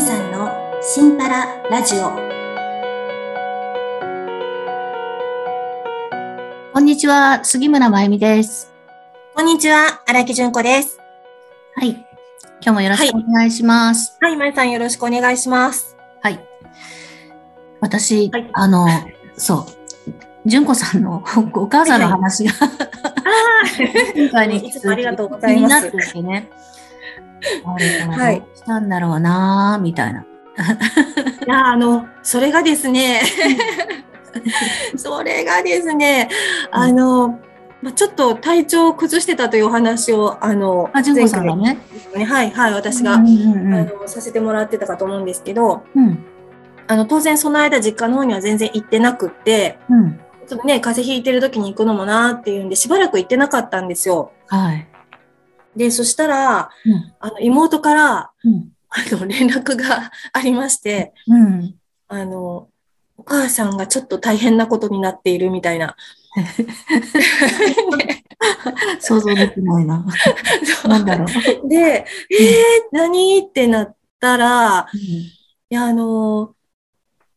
さんのシンパララジオ。こんにちは、杉村真由美です。こんにちは、荒木純子です。はい。今日もよろしくお願いします。はい、まゆさんよろしくお願いします。はい。私、はいあの、そう、純子さんのお母さんの話が、今回 に引き続きいつもありがとうございます気になっててね。あのはいどうしたんだろうなーみたいな。いや、あの、それがですね、それがですね、あの、まあ、ちょっと体調を崩してたというお話を、あの、あ、純子さんがね。前回ねはい、はい、私が、うんうんうあんのさせてもらってたかと思うんですけど、うん。あの、当然その間実家の方には全然行ってなくって、うん。ちょっとね、風邪ひいてる時に行くのもなーっていうんで、しばらく行ってなかったんですよ。はい。で、そしたら、うんあの、妹から、 うん。あの、連絡がありまして、うん。あの、お母さんがちょっと大変なことになっているみたいな。想像できな いな。なんだろう。で、えー、何ってなったら、いや、あの、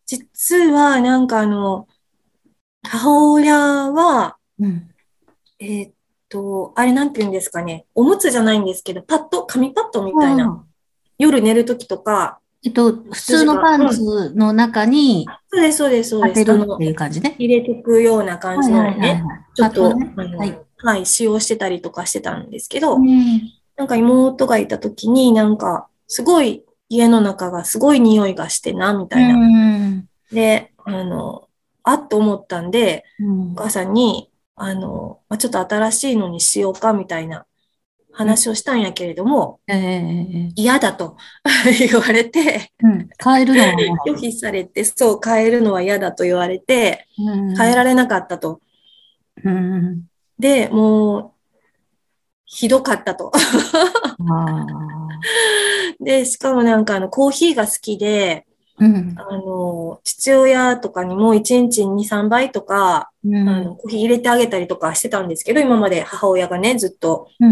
実は、なんかあの、母親は、うん。うん。えーっと、あれなんて言うんですかね、おむつじゃないんですけど、パッド、紙パッドみたいな。夜寝るときとか、えっと、普通のパンツの中にそうです、そうです、そう当でてす。あるのって、いう感じね。入れていくような感じのね、ちょっと、あのはいはい、使用してたりとかしてたんですけど、うんなんか妹がいた時になんか、すごい家の中がすごい匂いがしてな、みたいな。うんで、あの、あっと思ったんで、うんお母さんに、あの、まあ、ちょっと新しいのにしようか、みたいな話をしたんやけれども、ええ嫌だと 言われて、うん変えるのは拒否されて、そう、変えるのは嫌だと言われて、うん変えられなかったと。うんで、もう、ひどかったと。 あで、しかもなんかあの、コーヒーが好きで、ーうんあの、父親とかにも1日に3倍とか、うあの、んコーヒー入れてあげたりとかしてたんですけど、今まで母親がね、ずっと、うんう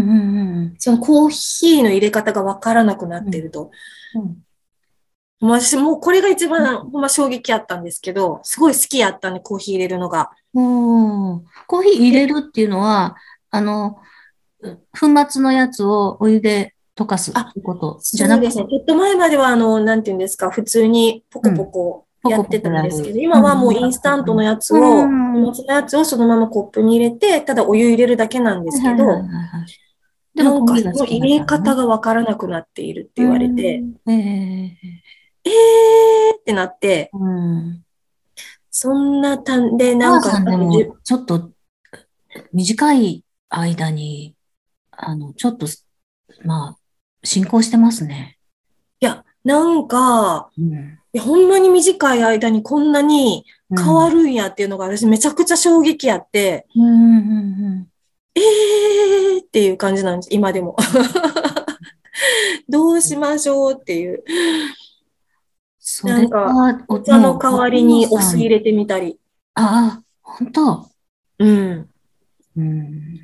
んそのコーヒーの入れ方がわからなくなってると。うんもう私もうこれが一番、ほんま衝撃やったんですけど、すごい好きやったんで、コーヒー入れるのが。おーコーヒー入れるっていうのは、あの、粉末のやつをお湯で溶かすってことじゃそなうくでてすね。ちょっと前までは、あの、なんていうんですか、普通にポコポコうんやってたんですけど、ポコポコやる今はもうインスタントのやつを、うおん持ちのやつをそのままコップに入れて、ただお湯入れるだけなんですけはいはいどは、いはいでなもんコかーヒそーがの好きだ入れからね方がわからなくなっているって言われて、うん。ええーってなって、ーうん。そんなたんで、ななんんか、さんでもじゅ、ちょっと、短い間に、あの、ちょっと、まあ、進行してますね。いや、なんか、うん。いやほんまに短い間にこんなに変わる。るんやっていうのが私めちゃくちゃ衝撃やって、うん、うん、えーっていう感じなんです、今でも。 どうしましょうっていう。それは、お茶の代わりにお酢入れ。れてみたり。ああ、本当。うん。うん。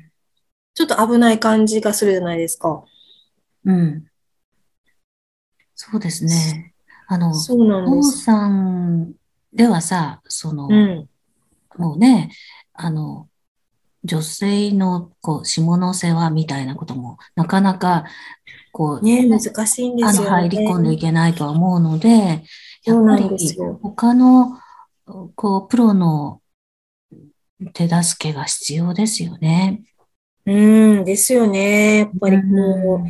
ちょっと危ない感じがするじゃないですか。うん。そうですね。あの、おそうなんで父す。さんではさ、その、うん。もうね、あの、女性のこう下の世話みたいなこともなかなかこう、ね難しいんであすのよね。入り込んでいけないとは思うので、やそっうぱなんりですよ。他のこうプロの手助けが必要ですよね。うん、ですよね。やっぱりうこう、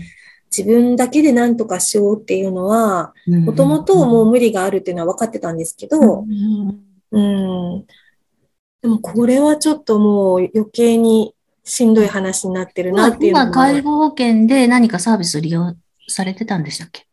自分だけで何とかしようっていうのは、ん、もともともう無理があるっていうのは分かってたんですけど、うんうん。でもこれはちょっともう余計にしんどい話になってるなっていうの今、が介護保険で何かサービス利用されてたんでしたっけ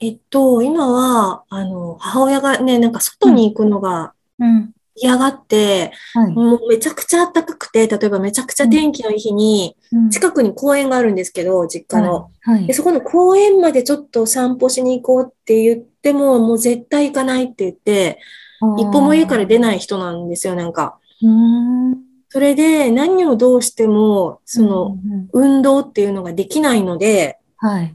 えっと、今は、あの、母親がね、なんか外に行くのがうん。嫌がって、はい。もうめちゃくちゃ暖かくて、例えばめちゃくちゃ天気のいい日に、近くに公園があるんですけど、実家の。はい。はいで、そこの公園までちょっと散歩しに行こうって言っても、もう絶対行かないって言って、一歩も家から出ない人なんですよ、なんか。うんそれで、何をどうしても、その、うんうん運動っていうのができないので、はい。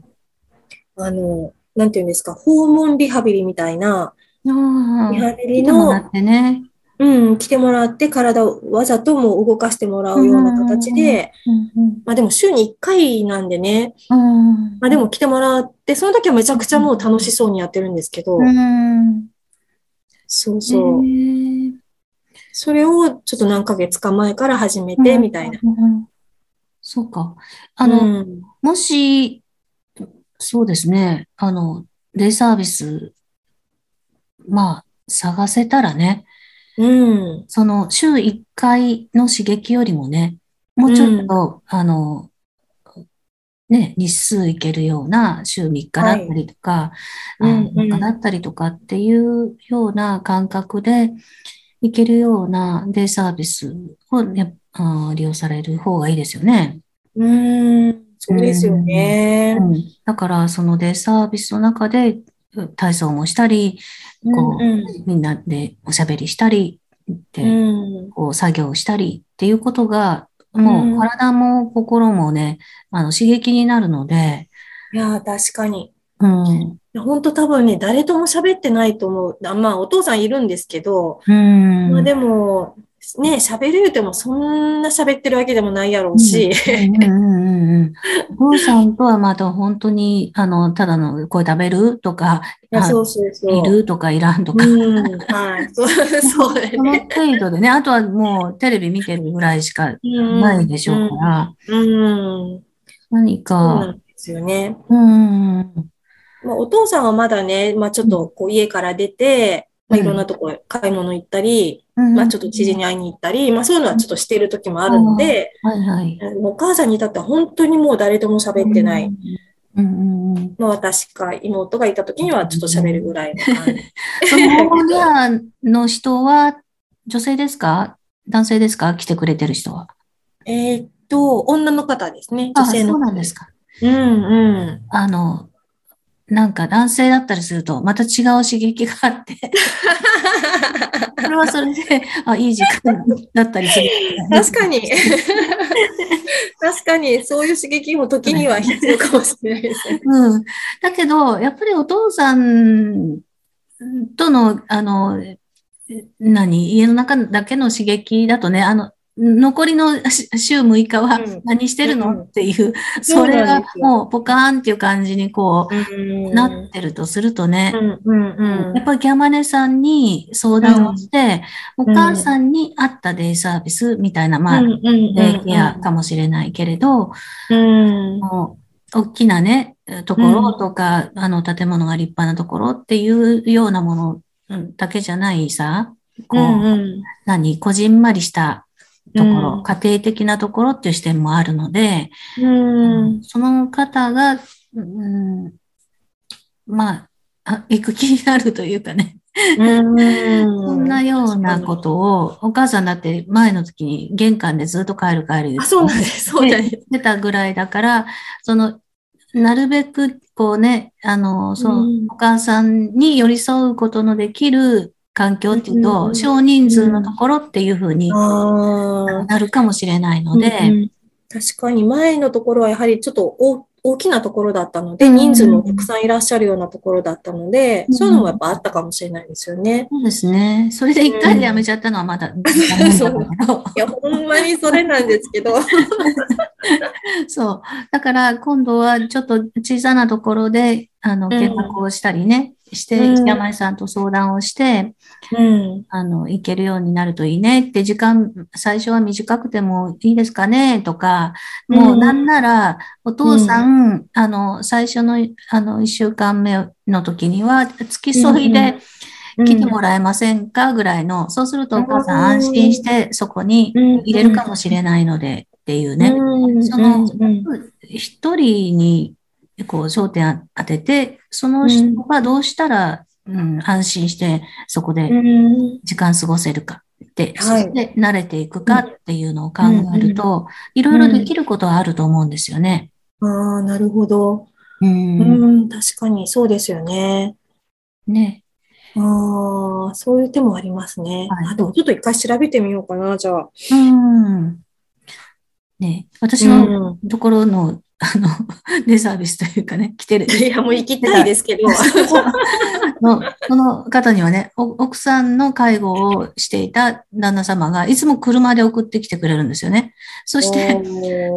あの、なんていうんですか、訪問リハビリみたいな、リハリビリもらの、ってね。うん、来てもらって体をわざともう動かしてもらうような形で、うんうんまあでも週に1回なんでね、うんまあでも来てもらって、その時はめちゃくちゃもう楽しそうにやってるんですけど、うんそうそうへ。ーそれをちょっと何ヶ月か前から始めて、みたいな。うんうんそうか。あの、うん、もし、そうですね、あの、デイサービス、まあ、探せたらね、うん、その、週1回の刺激よりもね、もうちょっと、あの、ね、日数いけるような、週3日だったりとか、うあんうん4日だったりとかっていうような感覚で、いけるようなデイサービスをね、あー利用される方がいいですよね。うん、そうですよね。うんだから、そのデイサービスの中でうん体操もしたり、こう、うんみんなでおしゃべりしたりって、うん、こう作業したりっていうことが、もううん体も心もね、あの刺激になるので、いやー、確かに。うん、本当多分ね、誰とも喋ってないと思う。あまあ、お父さんいるんですけど、うん、まあでも、ね、喋る言うてもそんな喋ってるわけでも ないやろうし。うんうんうんうん。お父さんとはまた本当に、あの、ただの、これ食べるとか、いやあそうそうそう。いるとかいらんとか、うん、はい。 そう、そうだそのね。程度でね、あとはもうテレビ見てるぐらいしかないでしょうから、うん。うん。何そうかな、んですよね。うん、うんまあ、お父さんはまだね、まあちょっとこう家から出て、まあ、いろんなところ買い物行ったり、うん、まあちょっと知事に会いに行ったり、まあそういうのはちょっとしてる時もあるので、はいはい。お母さんに至っては本当にもう誰とも喋ってない。うんうんうん。まあ私か妹がいた時にはちょっと喋るぐらいの感じ。その訪問リハの人は、女性ですか男性ですか来てくれてる人は。 えーっと、女の方ですね。女あ、性その。うなんですか。うんうん。あの、なんか男性だったりすると、また違う刺激が あって、それはそれで、あ、いい時間だったりする。確かに。 確かに、そういう刺激も時には必要かもしれないですね。うん。だけど、やっぱりお父さんとの、あの、え何家の中だけの刺激だとね、あの、残りのし週6日はうん何してるの、うんっていう、 そそうれなんがですよもうポカーンっていう感じにこう、なってるとするとね、うんうんうやっん。ぱりギャマネさんに相談をして、うんお母さんに合ったデイサービスみたいな、まあ、うんうんうんうんデイケアかもしれないけれど、うんもう大きなね、ところとか、あの建物が立派なところっていうようなものうんだけじゃないさ、こう、うん何、こじんまりしたところ、うん家庭的なところっていう視点もあるので、うん。その方が、うん、まああ、行く気になるというかね、そそんなようなことを、お母さんだって前の時に玄関でずっと帰る帰る言ってあ、そうなんです。そうなんです。出たぐらいだから、その、なるべく、こうね、あの、そう、うんお母さんに寄り添うことのできる環境っていうと、うん少人数のところっていうふうにああ。なるかもしれないので、うん確かに前のところはやはりちょっと大大きなところだったので、うん人数もたくさんいらっしゃるようなところだったので、うんそういうのもやっぱあったかもしれないですよね。そうですね。それで一回でやめちゃったのはま だ、残念なんだけどいや、ほんまにそれなんですけど。 そう。だから、今度はちょっと小さなところで、あの、ん計画をしたりね、して、うん山井さんと相談をして、うん。あの、行けるようになるといいねって、時間、最初は短くてもいいですかねとか、もううんなんなら、お父さん、あの、最初の、あの、一週間目の時には、付き添いで来てもらえませんかぐらいの、そうするとお母さんうん安心してそこにうん入れるかもしれないので、っていうね。うんそのうん一人に、こう、焦点当てて、その人がどうしたら、うん、安心してそこでうん時間過ごせるかって、はいそして慣れていくかっていうのを考えると、いろいろできることはあると思うんですよね。ああ、なるほど。うんうん、確かにそうですよね。ね。ああ、そういう手もありますね。はあ、いでもちょっと一回調べてみようかな、じゃあ。うんね私うのん。ところの、 あの、デサービスというかね、来てる。いや、もう行きたいです けど。の、この方にはね、お奥さんの介護をしていた旦那様が、いつも車で送ってきてくれるんですよね。そして、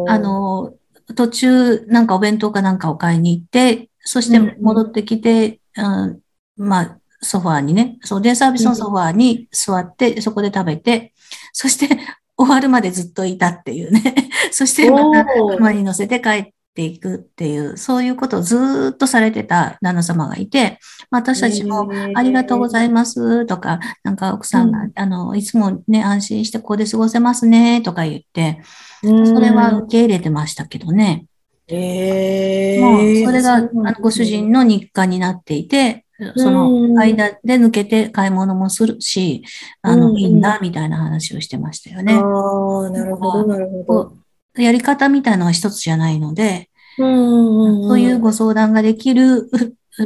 あ、の、途中、なんかお弁当かなんかを買いに行って、そしてうん戻ってきて、うん、まあ、ソファーにね、そう、デイサービスのソファーに座って、そこで食べて、そして終わるまでずっといたっていうね。 そしてまたおー車に乗せて帰っていくっていう、そういうことをずーっとされてた旦那様がいて、まあ私たちも、ありがとうございますとか、なんか奥さんが、うあの、いつもね、安心してここで過ごせますねとか言って、すそれは受け入れてましたけどね。えもうそれが、あそうなんのですねご主人の日課になっていて、その間で抜けて買い物もするし、あうの、んいいんだみたいな話をしてましたよね。ああ、なるほど、なるほど。こうやり方みたいのは一つじゃないので、そそういうご相談ができる、ん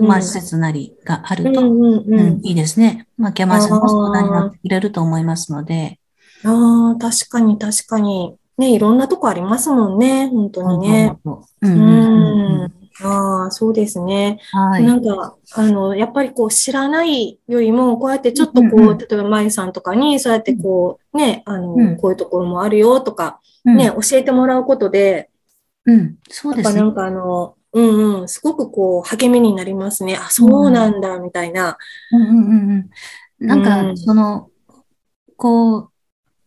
まあ、施設なりがあうるんと、うんううんん。いいですね。まあ、ケマさんの相談になってくれると思いますので。ああ、確かに確かに。ね、いろんなとこありますもんね、本当にね。うん。ううん。うんん。ああ、そうですね。はい。なんか、あの、やっぱりこう、知らないよりも、こうやってちょっとこうんうんうう、ん例えば、まゆさんとかに、そうやってこう、ね、あのうん、こういうところもあるよとか、ね、教えてもらうことで、うん。うん。そうやっでぱすなね。んかあの、うんうん、すごくこう、励みになりますね。あ、そうなんだ、みたいな。うんうんうんうん。なんうか、んその、こう、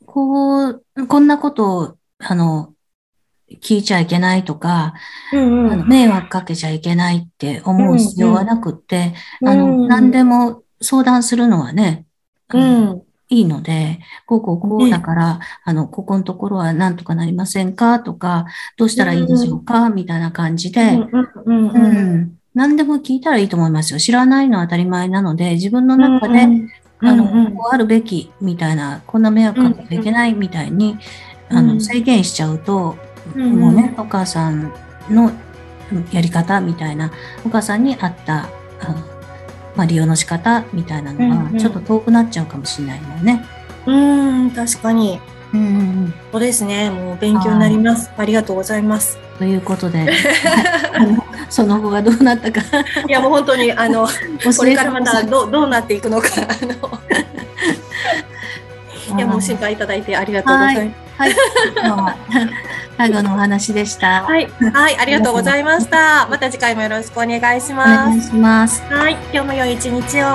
こう、こんなことを、あの、聞いちゃいけないとか、うんあの迷惑かけちゃいけないって思う必要はなくって、あの、何でも。も相談するのはね、あうのん。いいので、こうこうこうねだから、あの、ここのところはなんとかなりませんかとか、どうしたらいいでしょうかみたいな感じうで、んうんううんうん。ん。何でも聞いたらいいと思いますよ。知らないのは当たり前なので、自分の中で、うんうんあうんうの、んこうあるべきみたいな、こんな迷惑かけちゃいけないみたいに、うんあうの、ん制限しちゃうと、うんうんもうね、お母さんのうんやり方みたいな、お母さんに合った、あのまあ、利用の仕方みたいなのうんうんが、ちょっと遠くなっちゃうかもしれないもんね。うん、確かに。うんうんうん。そうですね。もう勉強になります。ありがとうございます。というこ とで、 あのその後がどうなったか、いや、もう本当に、あの、 こ忘れれからまたいどうどうなっていくのか、あの、いや、もう心配いただいてありがとうございます。 はい、今日は最後のお話でした。はい、はい、ありがとうございました。また次回もよろしくお願いしおま願すい。します。はい、今日も良い一日を。